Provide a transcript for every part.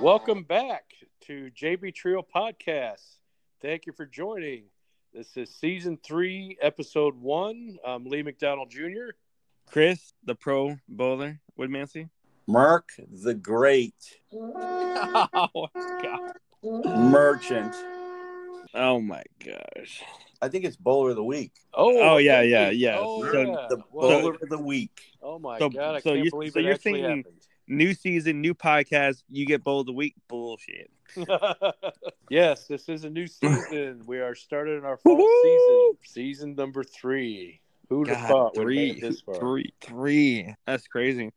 Welcome back to JB Trio Podcast. Thank you for joining. This is season three, episode one. I'm Lee McDonald Jr. Chris, the pro bowler, Woodmancy. Merc the Great Oh god. Merchant. Oh my gosh. I think it's Bowler of the Week. Oh, okay. yeah, yeah, yeah. Oh, So yeah. The Well, Bowler of the Week. oh my so- god! I so can't you- believe so it you're actually thinking- New season, new podcast. You get bowl of the week. Bullshit. happened. yes, this is a new season. we are starting our fall season, Woo-hoo! season number three. Who'd have God, thought we'd make it three, this far? three, three. That's crazy.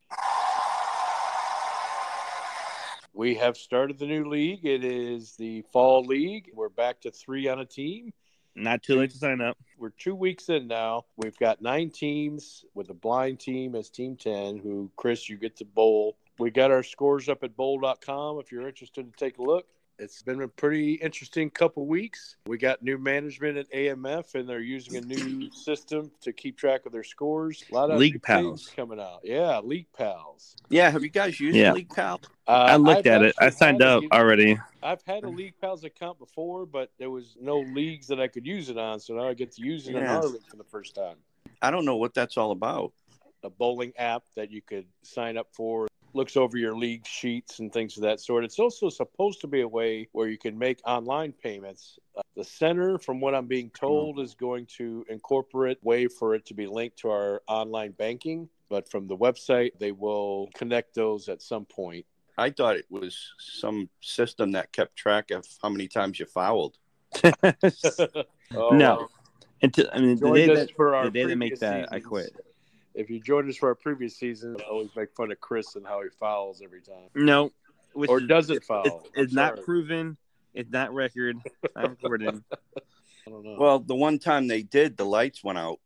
We have started the new league. It is the fall league. We're back to three on a team. Not too late to sign up. we're two weeks in now. We've got nine teams with a blind team as team 10, who, Chris, you get to bowl. We got our scores up at bowl.com if you're interested to take a look. It's been a pretty interesting couple weeks. We got new management at AMF, and they're using a new system to keep track of their scores. A lot of League new Pals. things coming out. Yeah, League Pals. Yeah, have you guys used Yeah. League Pal? Uh, I looked I've at it. I actually signed had a- up already. I've had a League Pals account before, but there was no leagues that I could use it on, so now I get to use it in Yeah. our league for the first time. I don't know what that's all about. a bowling app that you could sign up for. Looks over your league sheets and things of that sort. It's also supposed to be a way where you can make online payments. Uh, the center, from what I'm being Mm-hmm. told, is going to incorporate a way for it to be linked to our online banking. But from the website, they will connect those at some point. I thought it was some system that kept track of how many times you fouled. No. Until I mean, the Oh, Joined day us that, for our the day that previous make that, I seasons. quit. If you joined us for our previous season, I always make fun of Chris and how he fouls every time. No, which or is- does it foul? It's, I'm it's not sorry. proven. It's not record. It's not recorded. I don't know. Well, the one time they did, the lights went out.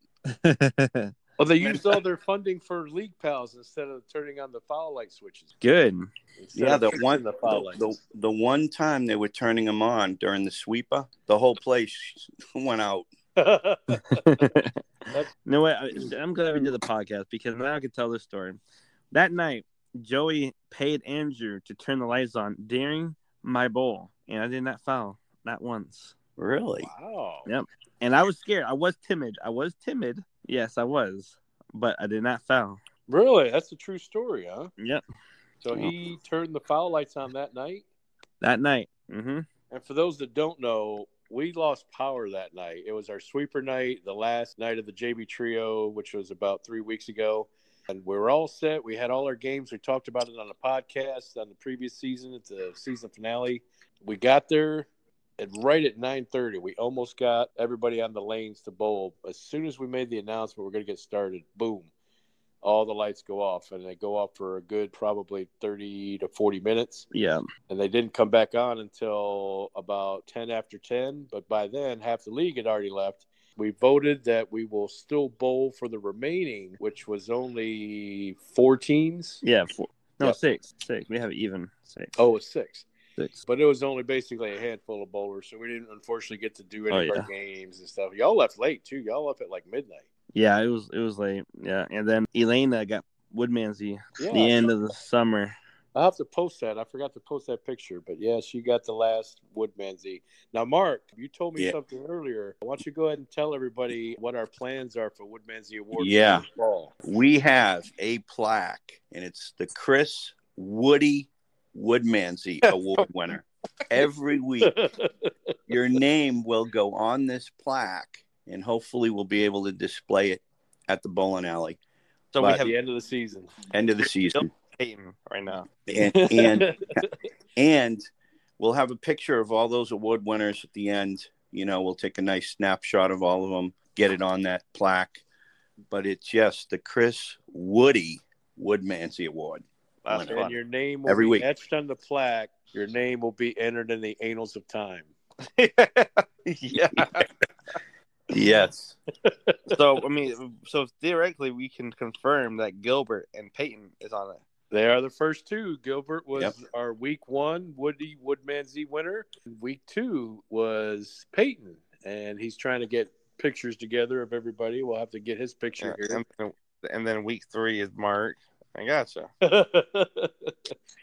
Well, they used all their funding for League Pals instead of turning on the foul light switches. Good. Instead yeah, of the fixing one the the, foul lights. the, the one time they were turning them on during the sweeper, the whole place went out. no way. I- I'm glad we did the podcast because now I can tell this story. That night, Joey paid Andrew to turn the lights on during my bowl, and I did not foul not once. Really? wow. Yeah. And I was scared. I was timid. I was timid. Yes, I was, but I did not foul. Really? That's a true story, huh? Yep. So he turned the foul lights on that night. That night. Mm-hmm. And for those that don't know, we lost power that night. It was our sweeper night, the last night of the JB Trio, which was about three weeks ago. And we were all set. We had all our games. We talked about it on the podcast on the previous season at the season finale. We got there at right at 9.30. We almost got everybody on the lanes to bowl. As soon as we made the announcement, we're going to get started, boom, all the lights go off. And they go off for a good probably 30 to 40 minutes Yeah. and they didn't come back on until about 10 after 10 but by then half the league had already left we voted that we will still bowl for the remaining which was only four teams Yeah. Four. No, Yep. six. Six. We have it even six. oh it's six Six. but it was only basically a handful of bowlers so we didn't unfortunately get to do any Oh, of our games and stuff y'all left late too y'all left at like midnight Yeah, it was it was late. Yeah, and then Elena got Woodmansey yeah the end of the summer. I'll have to post that. I forgot to post that picture, but yeah, she got the last Woodman Z. Now, Mark, you told me Yeah. something earlier. Why don't you go ahead and tell everybody what our plans are for Woodman Z Award? Yeah. for the fall? We have a plaque, and it's the Chris Woody Woodmansey Award winner. Every week, your name will go on this plaque, and hopefully, we'll be able to display it at the bowling alley So But- we have the end of the season. end of the season. Peyton right now. And and, and we'll have a picture of all those award winners at the end. You know, we'll take a nice snapshot of all of them, get it on that plaque. But it's yes, the Chris Woody Woodmansey Award. That's Winner. and fun. your name will Every be week. etched on the plaque. Your name will be entered in the annals of time. yeah. Yes. So I mean, so theoretically, we can confirm that Gilbert and Peyton is on it. They are the first two. Gilbert was Yep. our week one Woody Woodman Z winner. Week two was Peyton, and he's trying to get pictures together of everybody. We'll have to get his picture here. And, then week three is Mark. I gotcha.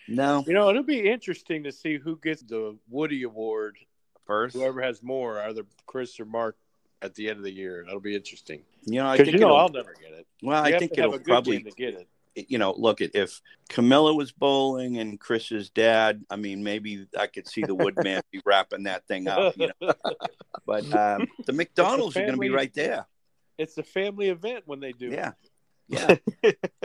No. you know, it'll be interesting to see who gets the Woody Award. First, Whoever has more, either Chris or Mark, at the end of the year. That'll be interesting. You know, I Because think you know, it'll, I'll never get it. well, You I have think to have it'll a good team probably to get it. you know, look at if Camilla was bowling and Chris's dad, I mean, maybe I could see the Woodman be wrapping that thing up. You know? But um, the McDonald's are going to be family- right there. It's a family event when they do. it. Yeah. Yeah.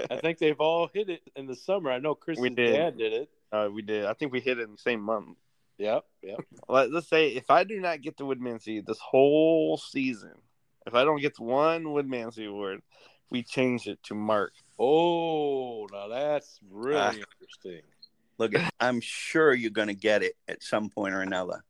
I think they've all hit it in the summer. I know Chris' We did. dad did it. Uh, we did. I think we hit it in the same month. Yep, yep. Let, let's say if I do not get the Woodmancy this whole season, if I don't get one Woodmancy award, we change it to Mark. Oh, now that's really Ah. interesting. look, at, I'm sure you're going to get it at some point or another.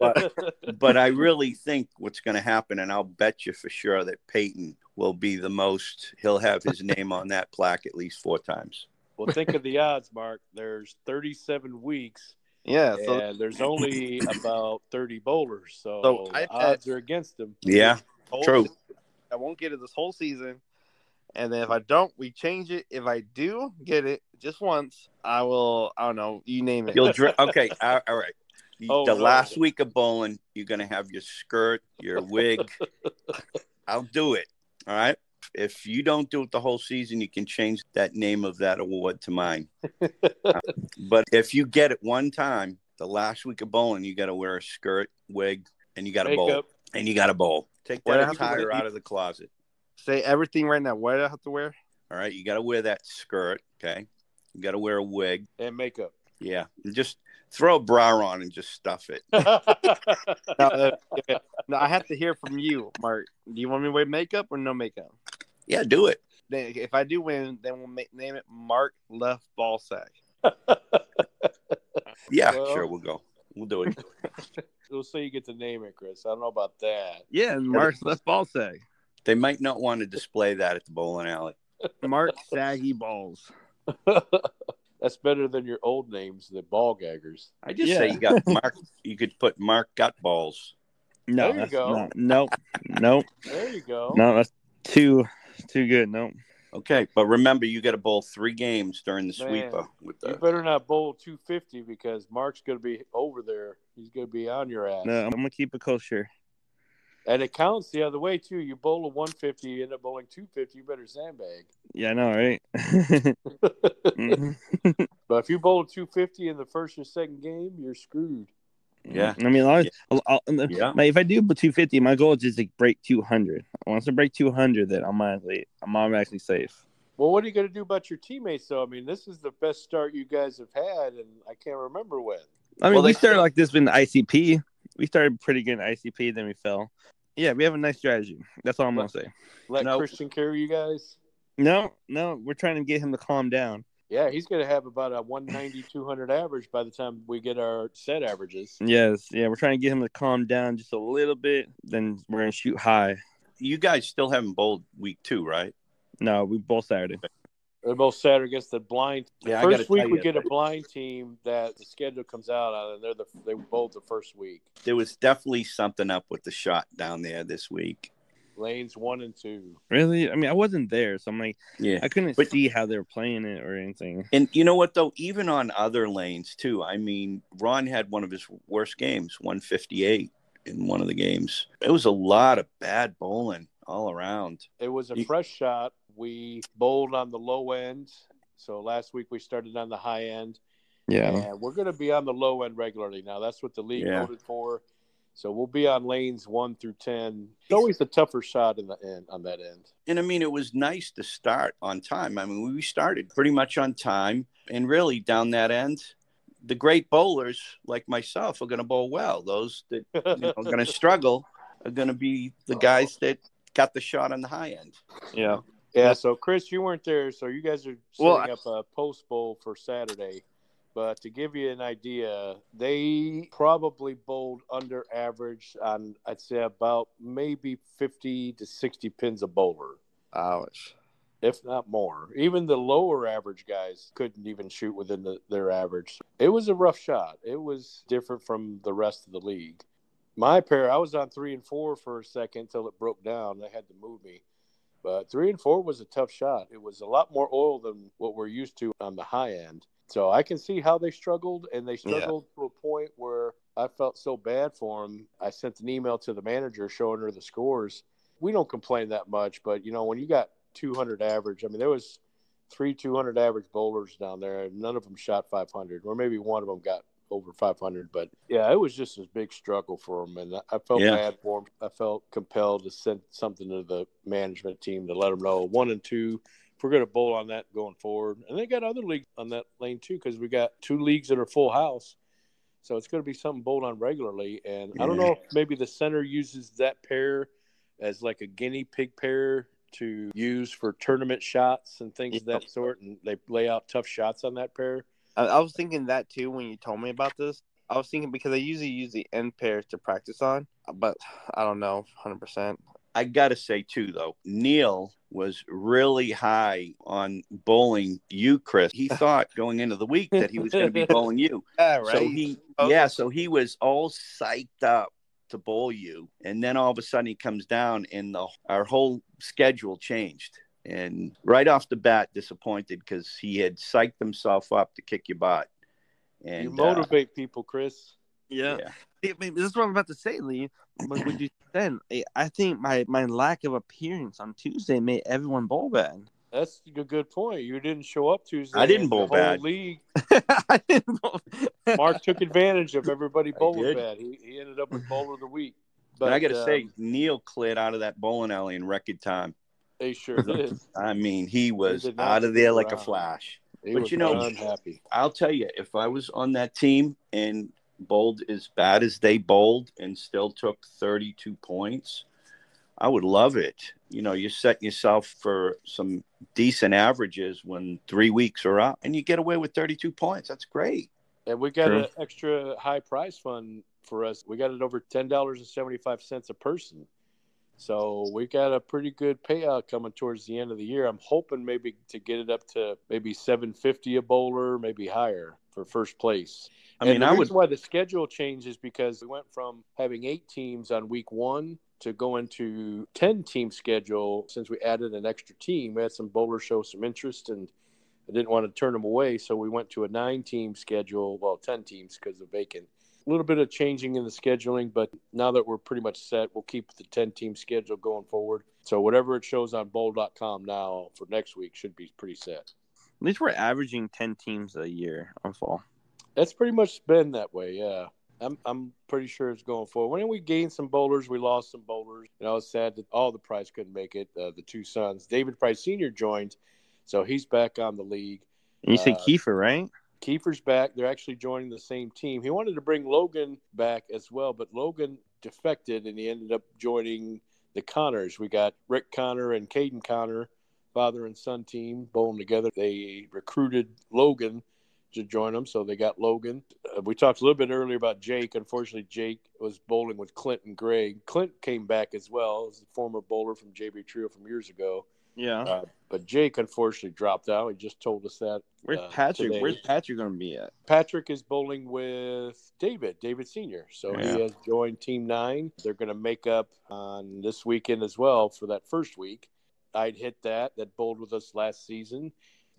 But I really think what's going to happen, and I'll bet you for sure that Peyton will be the most, he'll have his name on that plaque at least four times. well, think of the odds, Mark. There's 37 weeks, Yeah. So and there's only about 30 bowlers, so, So I the bet- odds are against them. Yeah. whole True. season. I won't get it this whole season. And then if I don't, we change it. If I do get it just once, I will. I don't know. You name it. You'll dr- okay. All, all right. Oh, the no. last week of bowling, you're gonna have your skirt, your wig. I'll do it. All right. If you don't do it the whole season, you can change that name of that award to mine. Uh, but if you get it one time, the last week of bowling, you got to wear a skirt, wig, and you got to bowl, Makeup. and you got to bowl. Take What that happened attire with- out of the closet. Say everything right now. What do I have to wear? All right. You got to wear that skirt. Okay. You got to wear a wig. and makeup. Yeah. Just throw a bra on and just stuff it. No, uh, yeah. No, I have to hear from you, Mark. Do you want me to wear makeup or no makeup? Yeah. Do it. Then, if I do win, then we'll ma- name it Mark Left Ball Sack. Yeah. Well- sure. We'll go. We'll do it. we'll say you get to name it, Chris. I don't know about that. Yeah, Mark Left Ball Sack. They might not want to display that at the bowling alley. Mark Saggy Balls. That's better than your old names, the ball gaggers. I just Yeah. say you got Mark. You could put Mark gut balls. No, There you that's go. not- Nope. Nope. There you go. No, that's too too good. Nope. Okay, but remember, you got to bowl three games during the Man. sweeper. With You the, better not bowl 250 because Mark's going to be over there. He's going to be on your ass. No, I'm gonna keep it kosher. And it counts the other way, too. You bowl a 150, you end up bowling 250, you better sandbag. Yeah, I know, right? Mhm. But if you bowl a 250 in the first or second game, you're screwed. Yeah. I mean, I'll, I'll, I'll- Yeah. like, if I do 250, my goal is just to break 200. Once I break 200, then I'm automatically, I'm automatically safe. Well, what are you going to do about your teammates, though? I mean, this is the best start you guys have had, and I can't remember when. I mean, Well, we they- started like this in ICP. We started pretty good in ICP, then we fell. Yeah, we have a nice strategy. That's all I'm gonna say. Let No. Christian carry you guys? No, no, we're trying to get him to calm down. Yeah, he's going to have about a 190, 200 average by the time we get our set averages. Yes, yeah, we're trying to get him to calm down just a little bit. Then we're gonna shoot high. you guys still haven't bowled week two, right? No, we both Saturday. They're both Saturday against the blind. Yeah, I gotta first tell week we you, get a but- blind team that the schedule comes out on, and they're the they were both the first week. There was definitely something up with the shot down there this week. Lanes one and two. Really? I mean, I wasn't there, so I'm like, Yeah. I couldn't But- see how they were playing it or anything. And you know what though? Even on other lanes too. I mean, Ron had one of his worst games, 158 in one of the games. It was a lot of bad bowling all around. It was a You- fresh shot. We bowled on the low end. So last week we started on the high end, Yeah. and we're going to be on the low end regularly now. That's what the league Yeah. voted for. So we'll be on lanes one through ten. It's always the tougher shot in the end on that end. and I mean, it was nice to start on time. I mean, we started pretty much on time, and really down that end, the great bowlers like myself are going to bowl well. Those that you know, are going to struggle are going to be the guys that got the shot on the high end. Yeah. Yeah, so Chris, you weren't there, so you guys are setting Well, I- up a post bowl for Saturday. But to give you an idea, they probably bowled under average on I'd say about maybe fifty to sixty pins a bowler, Ouch. if not more. Even the lower average guys couldn't even shoot within the, their average. It was a rough shot. It was different from the rest of the league. My pair, I was on three and four for a second until it broke down. They had to move me. But three and four was a tough shot. It was a lot more oil than what we're used to on the high end. So I can see how they struggled, and they Yeah. struggled to a point where I felt so bad for them. I sent an email to the manager showing her the scores. We don't complain that much, but you know when you got 200 average, I mean there was three 200 average bowlers down there, and none of them shot 500, or maybe one of them got over 500. But yeah, it was just a big struggle for them, and I- I felt Yeah. bad for them. I felt compelled to send something to the management team to let them know one and two. If we're going to bowl on that going forward, and they got other leagues on that lane too, because we got two leagues that are full house. So it's going to be something bowled on regularly, and I don't Yeah. know if maybe the center uses that pair as like a guinea pig pair to use for tournament shots and things of that sort, and they lay out tough shots on that pair. I, I was thinking that too when you told me about this. I was thinking because I usually use the end pair to practice on, but I don't know 100%. I gotta say too though, Neil was really high on bowling you, Chris. He thought going into the week that he was gonna be bowling you. Yeah, So he, Oh. yeah, so he was all psyched up to bowl you, and then all of a sudden he comes down, and the our whole schedule changed. And right off the bat, disappointed because he had psyched himself up to kick your butt. And You uh, motivate people, Chris. yeah. yeah. I mean, this is what I'm about to say, Lee. But would you then? I- I think my, my lack of appearance on Tuesday made everyone bowl bad. That's a good point. You didn't show up Tuesday. I didn't and bowl the whole bad. League. I didn't bowl. Mark took advantage of everybody I bowling did. bad. He, he ended up with bowler of the week. But I gotta um, say, Neil cleared out of that bowling alley in record time. he sure did. I mean, he was did not out of there like a around. flash. He But was you know- unhappy. I'll tell you, if I was on that team and bowled as bad as they bowled and still took 32 points, I would love it. You know, you're setting yourself for some decent averages when three weeks are up and you get away with 32 points. That's great. And we got True. an extra high prize fund for us. We got it over ten dollars and seventy five cents a person. So we got a pretty good payout coming towards the end of the year. I'm hoping maybe to get it up to maybe seven fifty a bowler, maybe higher for first place. I mean, and the I would. reason why the schedule changed is because we went from having eight teams on week one to going to ten team schedule since we added an extra team. We had some bowlers show some interest and I didn't want to turn them away, so we went to a nine team schedule, well, ten teams because of vacant. A little bit of changing in the scheduling, but now that we're pretty much set, we'll keep the ten team schedule going forward. So whatever it shows on bowl.com now for next week should be pretty set. At least we're averaging 10 teams a year on fall. That's pretty much been that way, yeah. I'm I'm pretty sure it's going forward. When we gained some bowlers, we lost some bowlers. And I was sad that all the Price couldn't make it. Uh, the two sons, David Price Senior joined, so he's back on the league. And you said Uh, Kiefer, right? Kiefer's back. They're actually joining the same team. He wanted to bring Logan back as well, but Logan defected and he ended up joining the Connors. We got Rick Connor and Caden Connor, father and son team, bowling together. They recruited Logan to join them, so they got Logan. Uh, we talked a little bit earlier about Jake. Unfortunately, Jake was bowling with Clinton Gregg. Clint came back as well. He's a former bowler from JB Trio from years ago. Yeah. Uh, but Jake unfortunately dropped out. He just told us that Where's uh, Patrick? today. Where's Patrick going to be at? Patrick is bowling with David, David Sr. So Yeah. he has joined Team Nine. They're going to make up on this weekend as well for that first week. I'd hit that, that bowled with us last season.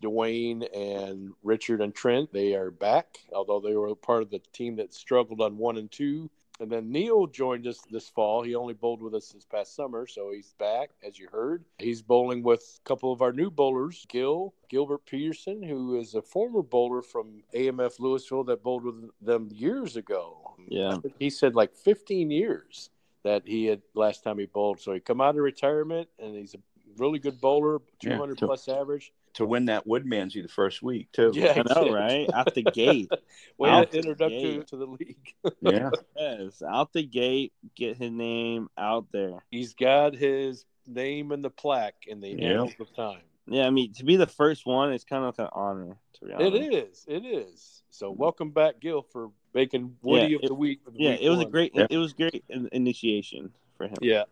Dwayne and Richard and Trent, they are back, although they were part of the team that struggled on one and two. And then Neil joined us this fall. He only bowled with us this past summer, so he's back, as you heard. He's bowling with a couple of our new bowlers, Gil, Gilbert Peterson, who is a former bowler from AMF Louisville that bowled with them years ago. Yeah. He said like 15 years that he had last time he bowled. So he come out of retirement, and he's a really good bowler, Yeah, 200 so- plus average. to win that Woodmansey the first week, too. Yeah. I know, right? Out the gate. Way Wow. to introduct you Yay. to the league. Yeah. Yes. Out the gate. Get his name out there. He's got his name in the plaque in the Yeah. annals of time. Yeah, I mean, to be the first one is kind of like an honor, to be honest. It is. It is. So welcome back, Gil, for making Woody Yeah, of it- the week. with Yeah, week it was a one. great. Yeah. It was great in- initiation for him. Yeah,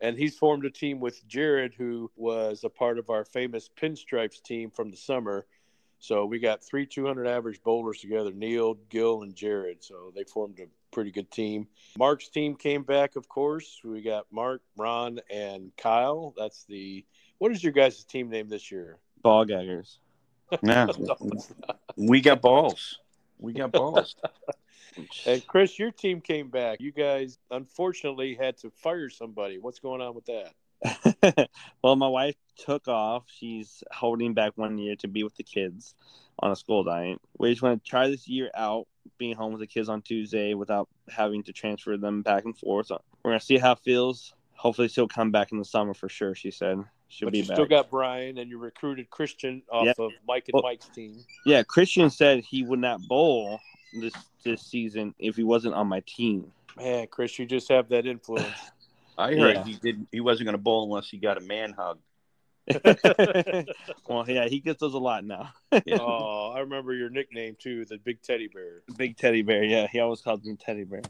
and he's formed a team with Jared, who was a part of our famous pinstripes team from the summer. So we got three 200 average bowlers together: Neil, Gil, and Jared. So they formed a pretty good team. Mark's team came back, of course. We got Mark, Ron, and Kyle. That's the What is your guys' team name this year? Ball gaggers. No, we got balls. We got balls. And Chris, your team came back. You guys unfortunately had to fire somebody. What's going on with that? well, my wife took off. She's holding back one year to be with the kids on a school diet. We just want to try this year out, being home with the kids on Tuesday without having to transfer them back and forth. So we're gonna see how it feels. Hopefully, she'll come back in the summer for sure. She said she'll but be you back. still got Brian, and you recruited Christian off Yeah. of Mike and Well- Mike's team. yeah, Christian said he would not bowl this this season if he wasn't on my team. Man, Chris, you just have that influence. I heard Yeah. he didn't. He wasn't going to bowl unless he got a man hug. well, yeah, he gets those a lot now. oh, I remember your nickname too, the Big Teddy Bear. Big teddy bear. Yeah, he always called me teddy bear.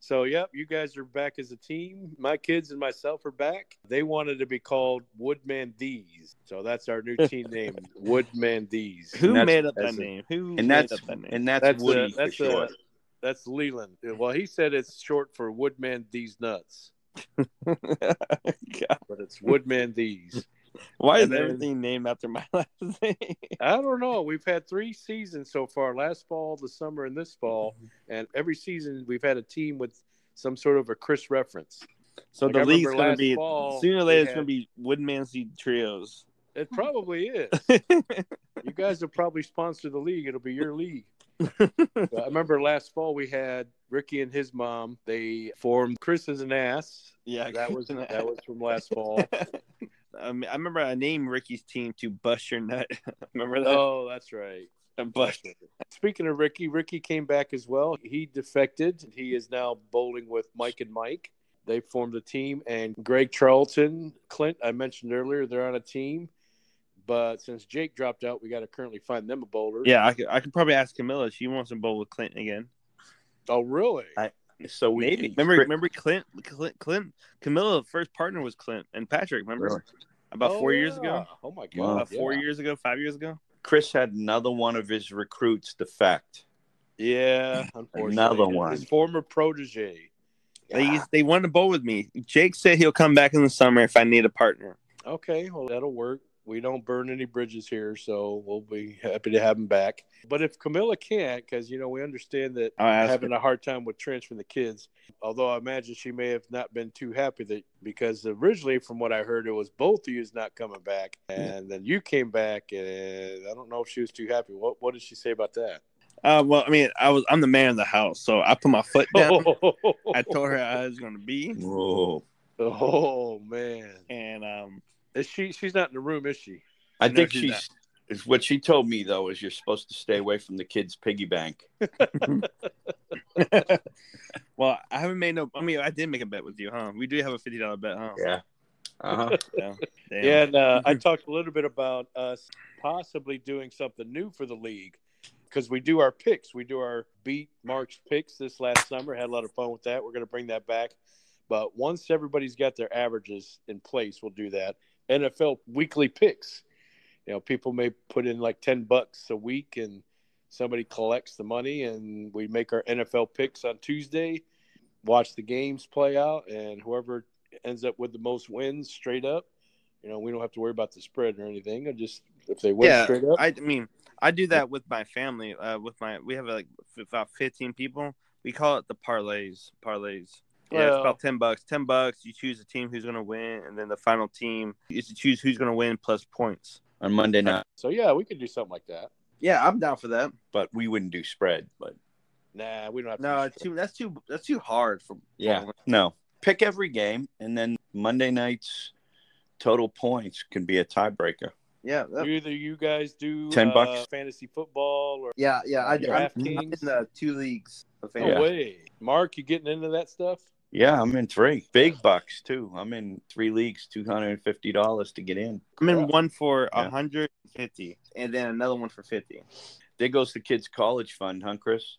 so, yep, you guys are back as a team. My kids and myself are back. They wanted to be called Woodman These. So that's our new team name, Woodman These. Who And that's- made up that that's a- name? Who And made that's up that name? and that's, That's Woody uh, that's for uh, sure. that's Leland. Well, he said it's short for Woodman These Nuts, God. but it's Woodman These. Why is And then- everything named after my last name? I don't know. We've had three seasons so far: last fall, the summer, and this fall. And every season, we've had a team with some sort of a Chris reference. So Like, I the remember league's gonna last be fall, sooner or we later it's had- gonna be Woodman Seed Trios. It probably is. you guys will probably sponsor the league. It'll be your league. I remember last fall we had Ricky and his mom. They formed Chris is an ass. yeah, That was that was from last fall. Um, I remember I named Ricky's team to Bust Your Nut. remember that? Oh, that's right. Bust. Speaking of Ricky, Ricky came back as well. He defected. He is now bowling with Mike and Mike. They formed a team, and Greg Charlton, Clint, I mentioned earlier, they're on a team. But since Jake dropped out, we got to currently find them a bowler. Yeah, I could, I could probably ask Camilla. She wants to bowl with Clint again. Oh, really? I- So we Maybe. Remember, remember Clint, Clint, Clint, Camilla first partner was Clint and Patrick. Remember Really? about four four years ago, Oh my Wow. god! about four yeah. years ago, five years ago. Chris had another one of his recruits defect. Yeah, unfortunately, Another His- one. His former protege. They they wanted to bowl with me. Jake said he'll come back in the summer if I need a partner. Okay, well that'll work. We don't burn any bridges here, so we'll be happy to have him back. But if Camilla can't, because you know we understand that I'll ask having a hard time with transferring the kids. Although I imagine she may have not been too happy that because originally, from what I heard, it was both of you's not coming back, and then you came back, and I don't know if she was too happy. What What did she say about that? Uh, well, I mean, I was I'm the man of the house, so I put my foot down. I told her I was gonna be, Whoa. Oh man, and um, is she? She's not in the room, is she? I No, think she's she's. Is what she told me though is you're supposed to stay away from the kids' piggy bank. well, I haven't made no. I mean, I did make a bet with you, huh? We do have a fifty dollar bet, huh? Yeah. Uh huh. Yeah. Damn. Yeah, and uh, I talked a little bit about us possibly doing something new for the league because we do our picks. We do our beat Mark's picks this last summer. Had a lot of fun with that. We're going to bring that back. But once everybody's got their averages in place, we'll do that. NFL weekly picks. You know, people may put in like 10 bucks a week and somebody collects the money and we make our NFL picks on Tuesday, watch the games play out, and whoever ends up with the most wins straight up. You know, we don't have to worry about the spread or anything. I just if they win Yeah, straight up. I mean, I do that with my family. Uh, with my we have like f- about fifteen people. We call it the parlays. Parlays. Yeah, it's Well- about ten bucks. Ten bucks. You choose the team who's gonna win, and then the final team is to choose who's gonna win plus points. On Monday night, So yeah, we could do something like that. Yeah, I'm down for that. but we wouldn't do spread. But Nah, we don't have to. No, do it's too that's too that's too hard for yeah, no. Pick every game, and then Monday night's total points can be a tiebreaker. Yeah, spread. that, either you guys do 10 uh, bucks. fantasy football or yeah, yeah. I, I'm, I'm in DraftKings. uh, two leagues. Of no fantasy. way. Mark, you getting into that stuff? Yeah, I'm in three big bucks too. I'm in three leagues, two hundred and fifty dollars to get in. I'm in one for Yeah. 150, and then another one for 50. There goes the kids' college fund, huh, Chris?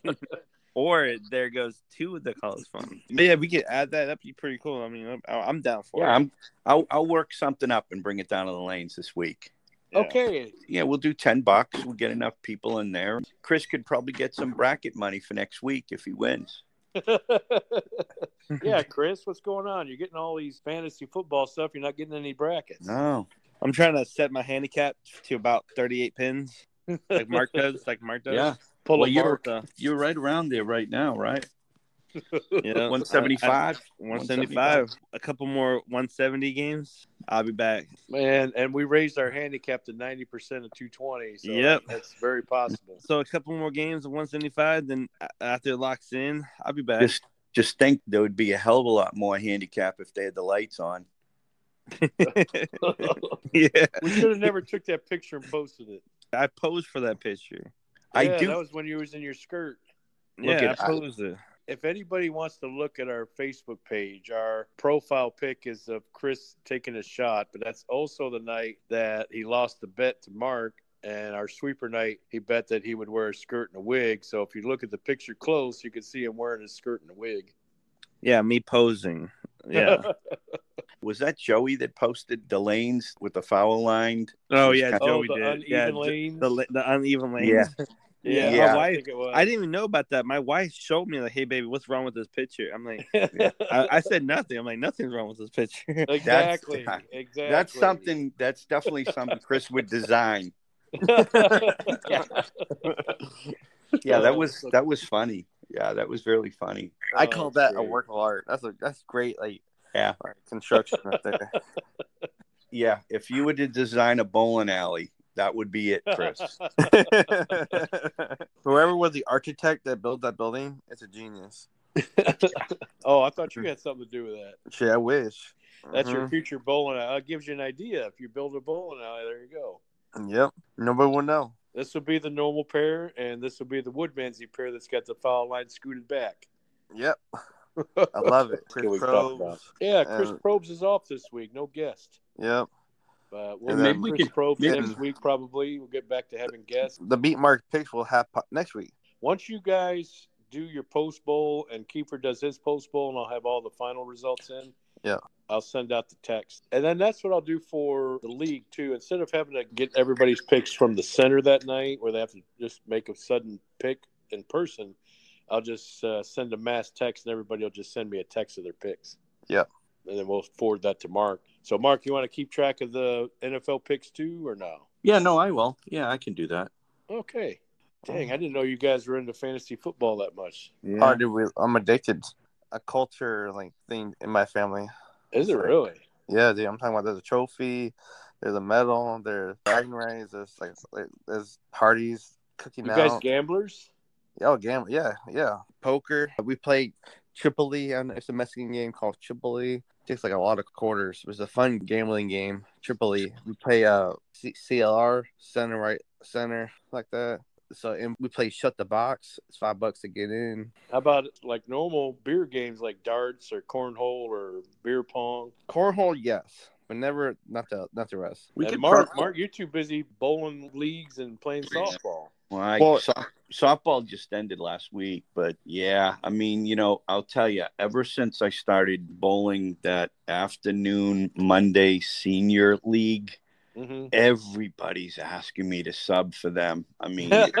or there goes two of the college funds. But yeah, we could add that. That'd be pretty cool. I mean, I'm, I'm down for Yeah, it. I'm. I'll, I'll work something up and bring it down to the lanes this week. Yeah. Okay. Yeah, we'll do ten bucks. We'll get enough people in there. Chris could probably get some bracket money for next week if he wins. yeah, Chris, what's going on? You're getting all these fantasy football stuff. You're not getting any brackets. No. I'm trying to set my handicap to about 38 pins, like Mark does, like Mark does. Yeah. Pull Well, a you're- mark. So, You're right around there right now, right? you know, 175. I- 175. A couple more 170 games. I'll be back. Man, and we raised our handicap to 90% of 220. So Yep. that's very possible. So a couple more games of 175, then a- after it locks in, I'll be back. Just just think there would be a hell of a lot more handicap if they had the lights on. yeah. we should have never took that picture and posted it. I posed for that picture. I Yeah, do That was when you was in your skirt. Look yeah, at- I posed it. If anybody wants to look at our Facebook page, our profile pic is of Chris taking a shot, but that's also the night that he lost the bet to Mark. And our sweeper night, he bet that he would wear a skirt and a wig. So if you look at the picture close, you can see him wearing his skirt and a wig. Yeah, me posing. Yeah. was that Joey that posted the lanes with the foul lined? oh yeah, oh, Joey the did. uneven yeah, lanes. the la- the uneven lanes. Yeah. yeah, Yeah. I My think it was. I didn't even know about that. My wife showed me like, "Hey, baby, what's wrong with this picture?" I'm like, Yeah. I, I said nothing. I'm like, nothing's wrong with this picture. exactly. That's- exactly. That's something. That's definitely something Chris would design. Yeah, that was that was funny. Yeah, that was really funny. I Oh, call that's that a great. work of art. That's a that's great, like Yeah. like, construction right there. Yeah, if you were to design a bowling alley, that would be it, Chris. Whoever was the architect that built that building, it's a genius. oh, I thought you had something to do with that. Shit, I wish. That's your Mm-hmm. Mhm. future bowling alley. It gives you an idea. If you build a bowling alley, there you go. Mm-hmm. Yep. Nobody will know. This will be the normal pair, and this will be the Woodmansey pair that's got the foul line scooted back. Yep. I love it. Chris What we talking about? Probst. Yeah, Chris And- Probes is off this week. No guest. Yep. But we'll And get then- Chris Probes maybe- next week, probably. We'll get back to having guests. The beat mark picks will have po- next week. Once you guys do your post bowl and Keeper does his post bowl, and I'll have all the final results in. Yeah. I'll send out the text. And then that's what I'll do for the league, too. Instead of having to get everybody's picks from the center that night where they have to just make a sudden pick in person, I'll just uh, send a mass text and everybody will just send me a text of their picks. Yeah. And then we'll forward that to Mark. So, Mark, you want to keep track of the NFL picks, too, or no? Yeah, no, I will. Yeah, I can do that. Okay. Dang, I didn't know you guys were into fantasy football that much. Hard to re- I'm addicted. A culture like thing in my family. Is it Sorry. really? Yeah, dude. I'm talking about there's a trophy, there's a medal, there's bragging rights, there's like, like there's parties, cooking You out. guys gamblers? Oh, gamble. Yeah, yeah. Poker. We played Tripoli, and it's a Mexican game called Tripoli. Takes like a lot of quarters. It was a fun gambling game. Tripoli. We play uh C- CLR center right center like that. So and we play shut the box. It's five bucks to get in. How about like normal beer games like darts or cornhole or beer pong? Cornhole, yes, but never not the not the rest. We and could Mark, prob- Mark, you're too busy bowling leagues and playing softball. Well, I- Well- so- softball just ended last week, but yeah, I mean, you know, I'll tell you, ever since I started bowling that afternoon Monday senior league, hmm everybody's asking me to sub for them. I mean, it,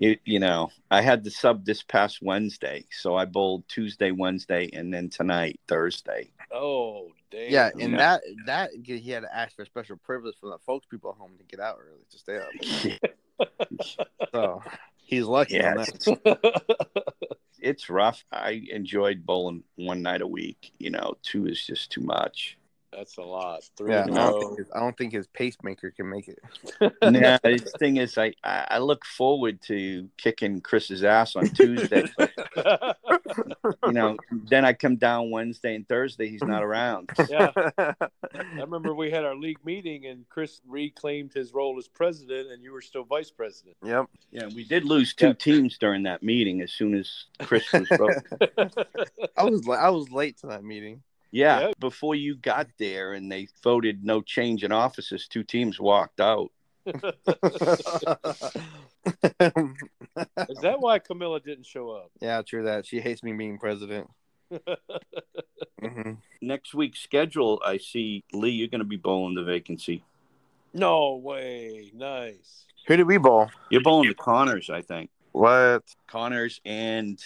it- you know, I had to sub this past Wednesday, so I bowled Tuesday, Wednesday, and then tonight, Thursday. oh, damn. Yeah, Yeah. and that that he had to ask for special privilege from the folks people at home to get out early to stay up. So he's lucky on yeah, that. it's rough. I enjoyed bowling one night a week. You know, two is just too much. That's a lot. Three Yeah, I in a don't, row. think his, I don't think his pacemaker can make it. Yeah, the thing is, I, I I look forward to kicking Chris's ass on Tuesday. but, you know, then I come down Wednesday and Thursday. He's not around. yeah. I remember we had our league meeting and Chris reclaimed his role as president and you were still vice president. yep. Yeah, we did lose two Yeah. teams during that meeting. As soon as Chris was, voted. I was la- I was late to that meeting. yeah, Yeah. before you got there and they voted no change in offices, two teams walked out. Is that why Camilla didn't show up? yeah, true that. She hates me being president. Mhm. Next week's schedule, I see Lee. You're going to be bowling the vacancy. No way. Nice. Who did we bowl? You're bowling the Connors, I think. What? Connors and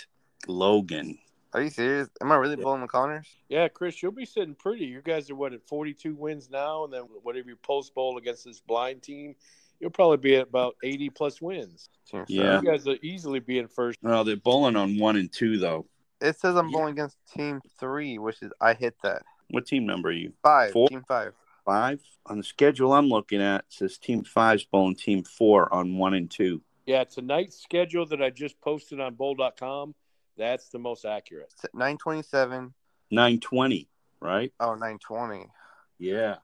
Logan. Are you serious? Am I really blowing the Connors? Yeah, Chris, you'll be sitting pretty. You guys are what at forty-two wins now, and then whatever your post bowl against this blind team, you'll probably be at about eighty plus wins. Yeah. You guys will easily be in first. Well, they're bowling on one and two though. It says I'm Yeah. going against team three, which is I hit that What team number are you? five. Four. Team five. Five on the schedule I'm looking at says team five's bowling team four on one and two. Yeah, tonight's schedule that I just posted on bowl.com, that's the most accurate. Nine twenty-seven. Nine twenty, right? Oh, 920. Yeah.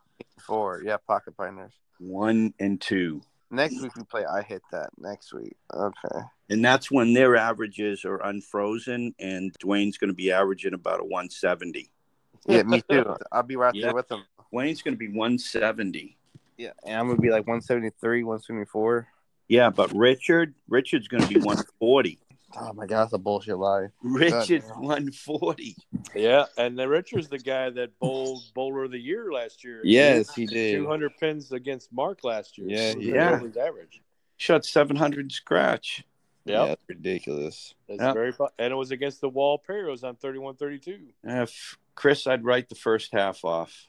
Four. Yeah, pocket binders. One and two. Next week we play. I hit that next week. Okay. And that's when their averages are unfrozen and Dwayne's gonna be averaging about a one seventy. Yeah, me too. I'll be right Yeah. there with them. Wayne's gonna be one seventy. Yeah, and I'm gonna be like 173, 174. Yeah, but Richard, Richard's gonna be one forty. Oh my god, that's a bullshit lie. Richard's Goddamn. one forty. Yeah, and the Richard's the guy that bowled bowler of the year last year. he two hundred pins against Mark last year. Yeah, That yeah. was his average. Shot seven hundred scratch. Yep. that's ridiculous. That's Yeah. very fu- and it was against the wall pair. It was on thirty one thirty two. If Chris, I'd write the first half off.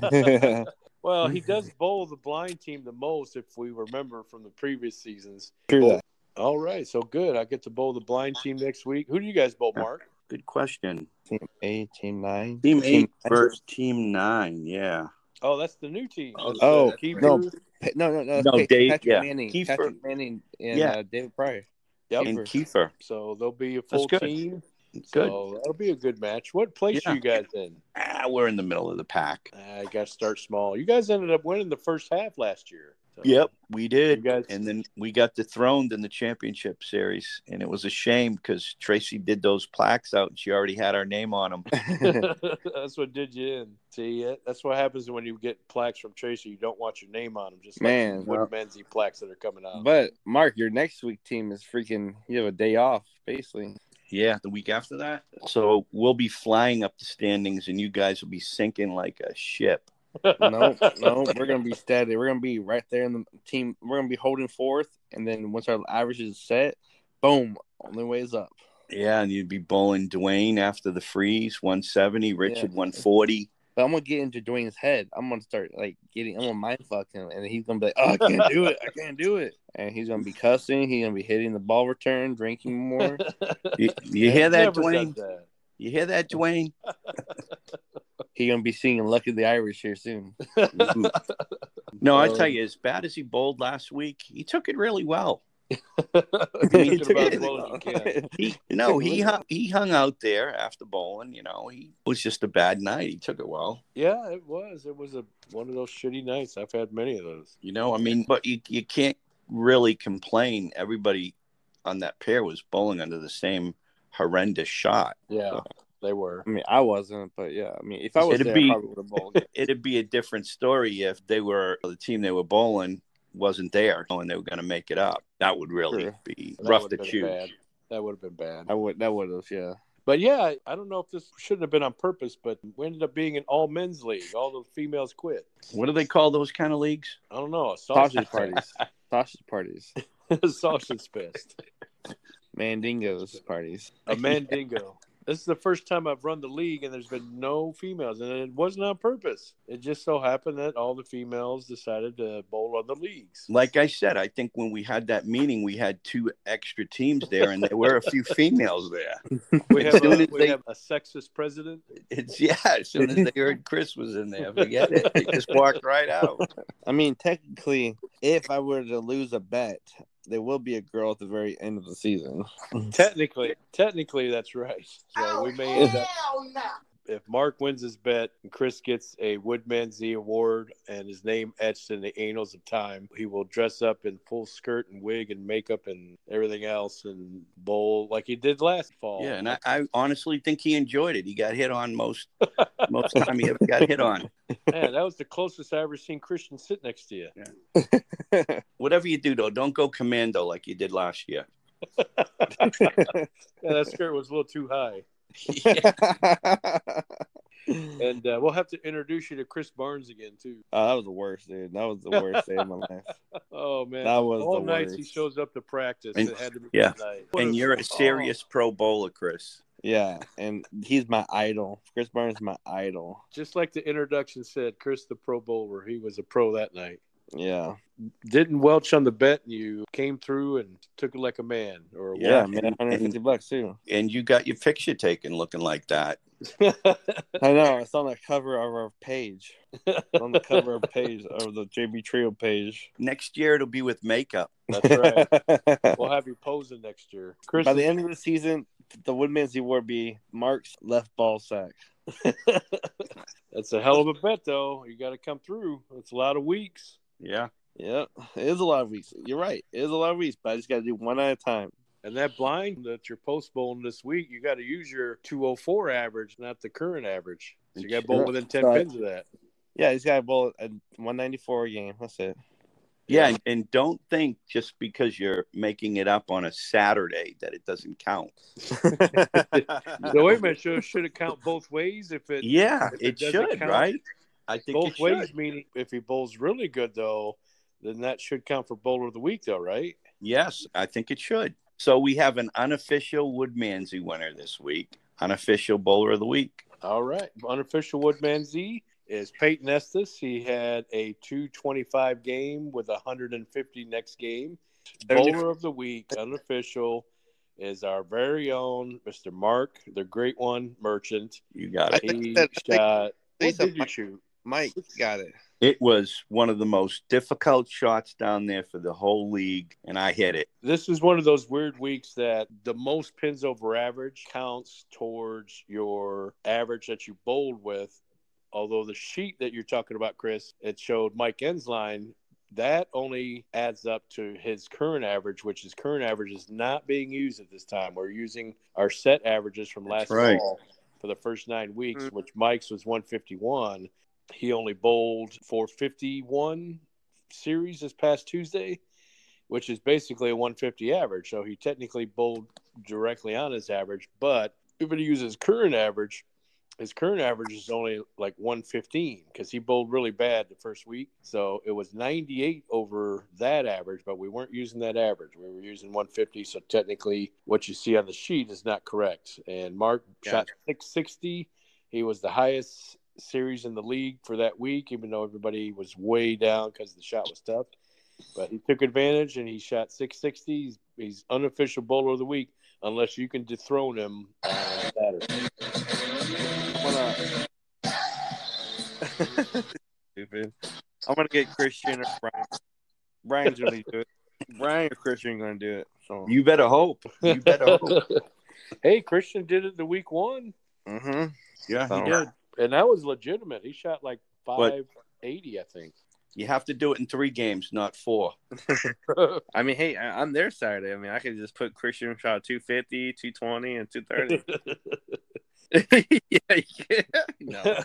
Well, he does bowl the blind team the most, if we remember from the previous seasons. that. All right, so good. I get to bowl the blind team next week. Who do you guys bowl, Mark? Good question. Team eight, team nine. Team eight nine. versus team nine. Yeah. Oh, that's the new team. Oh, oh, Keeper. no. Pa- No, no, no. No, Pa- Dave- Patrick yeah. Manning, Kiefer. Patrick Manning, and Yeah. uh, David Pryor. Yep. And Kiefer. So there'll be a full good. team. Good. So that'll be a good match. What place Yeah. are you guys in? Ah, we're in the middle of the pack. I got to start small. You guys ended up winning the first half last year. So Yep, we did. You guys- And then we got dethroned in the championship series. And it was a shame because Tracy did those plaques out and she already had our name on them. that's what did you in. See, uh, that's what happens when you get plaques from Tracer. You don't want your name on them, just like Man, these well- Wood Menzies plaques that are coming out. but Mark, your next week team is freaking. You have a day off, basically. Yeah, the week after that. So we'll be flying up the standings and you guys will be sinking like a ship. No, no, we're gonna be steady. We're gonna be right there in the team. We're gonna be holding fourth, and then once our average is set, boom, only way is up. Yeah, and you'd be bowling Dwayne after the freeze, 170, Richard 140. But I'm gonna get into Dwayne's head. I'm gonna start like getting. I'm gonna mind fuck him, and he's gonna be like, "Oh, I can't do it. I can't do it." And he's gonna be cussing. He's gonna be hitting the ball return, drinking more. You, you hear that, Never Dwayne? does that. You hear that, Dwayne? he's gonna be singing "Lucky the Irish" here soon. No, I So- tell you, as bad as he bowled last week, he took it really well. You're took talking about it. as well as you can. He, no, he hung, he hung out there after bowling. You know, he it was just a bad night. He took it well. Yeah, it was. It was a one of those shitty nights. I've had many of those. You know, I mean, but you you can't really complain. Everybody on that pair was bowling under the same horrendous shot. Yeah, they were. I Mm, mean, I wasn't, but yeah. I mean, if I was It'd there, be- I probably would have bowled. It'd be a different story if they were the team they were bowling wasn't there and they were going to make it up. That would really Sure. be That rough to would've been choose. Bad. That would have been bad. I would. That would have. Yeah. But yeah, I don't know if this shouldn't have been on purpose, but we ended up being an all men's league. All the females quit. What do they call those kind of leagues? I don't know. A sausage Sausage parties. Sausage parties. sausage fest. Mandingo's parties. A mandingo. This is the first time I've run the league and there's been no females, and it wasn't on purpose. It just so happened that all the females decided to bowl on the leagues. Like I said, I think when we had that meeting, we had two extra teams there, and there were a few females there. We As have soon a, as we they- have a sexist president. It's yeah. As soon as they heard Chris was in there, forget it. They just walked right out. I mean, technically, if I were to lose a bet, there will be a girl at the very end of the season. Technically, technically, that's right. So we may end up. If Mark wins his bet and Chris gets a Woodman Z award and his name etched in the annals of time, he will dress up in full skirt and wig and makeup and everything else and bowl like he did last fall. Yeah, and I, I honestly think he enjoyed it. He got hit on most most time he ever got hit on. Man, that was the closest I ever seen Christian sit next to you. Whatever you do though, don't go commando like you did last year. Yeah, that skirt was a little too high. And uh, we'll have to introduce you to Chris Barnes again too. Oh, that was the worst, dude. That was the worst day of my life. Oh man, That was all the nights he worst. shows up to practice. And- it had to be Oh, yeah. tonight. And you're a serious pro bowler, Chris. Yeah, and he's my idol. Chris Barnes is my idol. just like the introduction said, Chris the Pro Bowler. He was a pro that night. Yeah, Didn't welch on the bet, and you came through and took it like a man. Or a Yeah, yeah, man, and- 150 bucks too. And you got your picture taken looking like that. woman. I know it's on the cover of our page. It's on the cover of page of the JB Trio page. Next year it'll be with makeup. That's right. We'll have you posing next year, Chris. By the end of the season, the Woodman's award be Mark's left ball sack. that's a hell of a bet, though. You got to come through. It's a lot of weeks. Yeah. Yeah, it is a lot of weeks. You're right. It is a lot of weeks, but I just got to do one at a time. And that blind that you're post bowling this week, you got to use your 204 average, not the current average. So you got to bowl within 10 Right. pins of that. Yeah, he's got a bowl at 194 a game. That's it. Yeah. And, and don't think just because you're making it up on a Saturday that it doesn't count. So, wait a minute. Should, should it count both ways if it Yeah, If it it, doesn't should, count, right? I think both it should. ways, meaning if he bowls really good though, then that should count for bowler of the week though, right? Yes, I think it should. So we have an unofficial Woodmansey winner this week, unofficial bowler of the week. All right. Unofficial Woodman Z is Peyton Estes. He had a 225 game with 150 next game. Bowler of the week, unofficial, is our very own Mr. Mark, the great one merchant. You got I it. He think that- I think- shot. think What that did you Mike- shoot? Mike got it. It was one of the most difficult shots down there for the whole league, and I hit it. This is one of those weird weeks that the most pins over average counts towards your average that you bowled with. Although the sheet that you're talking about, Chris, it showed Mike Ensline. That only adds up to his current average, which his current average is not being used at this time. We're using our set averages from last That's right. fall for the first nine weeks, which Mike's was 151. He only bowled 451 series this past Tuesday, which is basically a 150 average. So he technically bowled directly on his average, but if he uses current average, his current average is only like 115 because he bowled really bad the first week. So it was 98 over that average, but we weren't using that average. We were using 150. So technically, what you see on the sheet is not correct. And Mark shot 660. He was the highest series in the league for that week, even though everybody was way down because the shot was tough. But he took advantage and he shot 660. He's, he's unofficial bowler of the week, unless you can dethrone him uh, on Saturday. Stupid. I'm gonna get Christian or Brian. Brian's gonna do it. Brian or Christian gonna do it. So. You better hope. You better hope. hey, Christian did it the week one, Mm-hmm. Yeah, So- you, did. and that was legitimate. He shot like What? five eighty, I think. you have to do it in three games, not four. I mean, hey, I, I'm there Saturday. I mean, I could just put Christian shot 250, 220, and 230. yeah, yeah. No.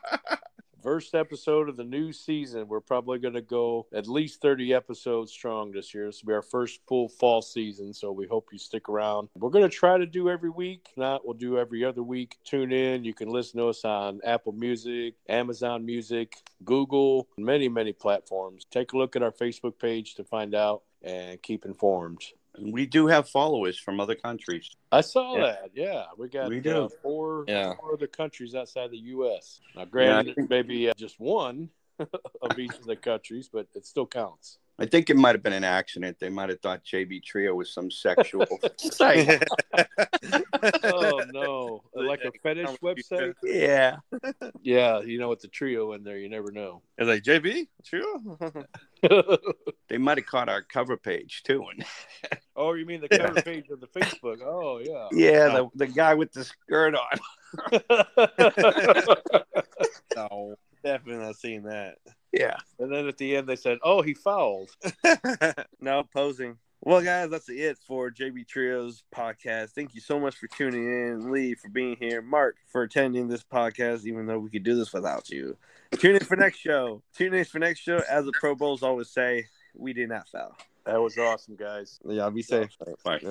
First episode of the new season. We're probably going to go at least 30 episodes strong this year. This will be our first full fall season, so we hope you stick around. We're going to try to do every week. If not, we'll do every other week. Tune in. You can listen to us on Apple Music, Amazon Music, Google, many, many platforms. Take a look at our Facebook page to find out and keep informed. And we do have followers from other countries. I saw Yeah. that. Yeah, we got We do. uh, four, Yeah. four other countries outside the U.S. Now, granted, Yeah, I it's maybe uh, just one of each of the countries, but it still counts. I think it might have been an accident. They might have thought JB Trio was some sexual. Oh no, like a fetish website. yeah. Yeah, you know, with the trio in there, you never know. It's like JB, true. They might have caught our cover page too. And oh, you mean the cover page of the Facebook? Oh, yeah. yeah, the, the guy with the skirt on. no, definitely not seeing that. Yeah. and then at the end, they said, "Oh, he fouled." no posing. Well, guys, that's it for JB Trio's podcast. Thank you so much for tuning in, Lee for being here, Mark for attending this podcast, even though we could do this without you. Tune in for next show. Tune in for next show. As the Pro Bowls always say, we did not foul. That was awesome, guys. Yeah, be safe. Right.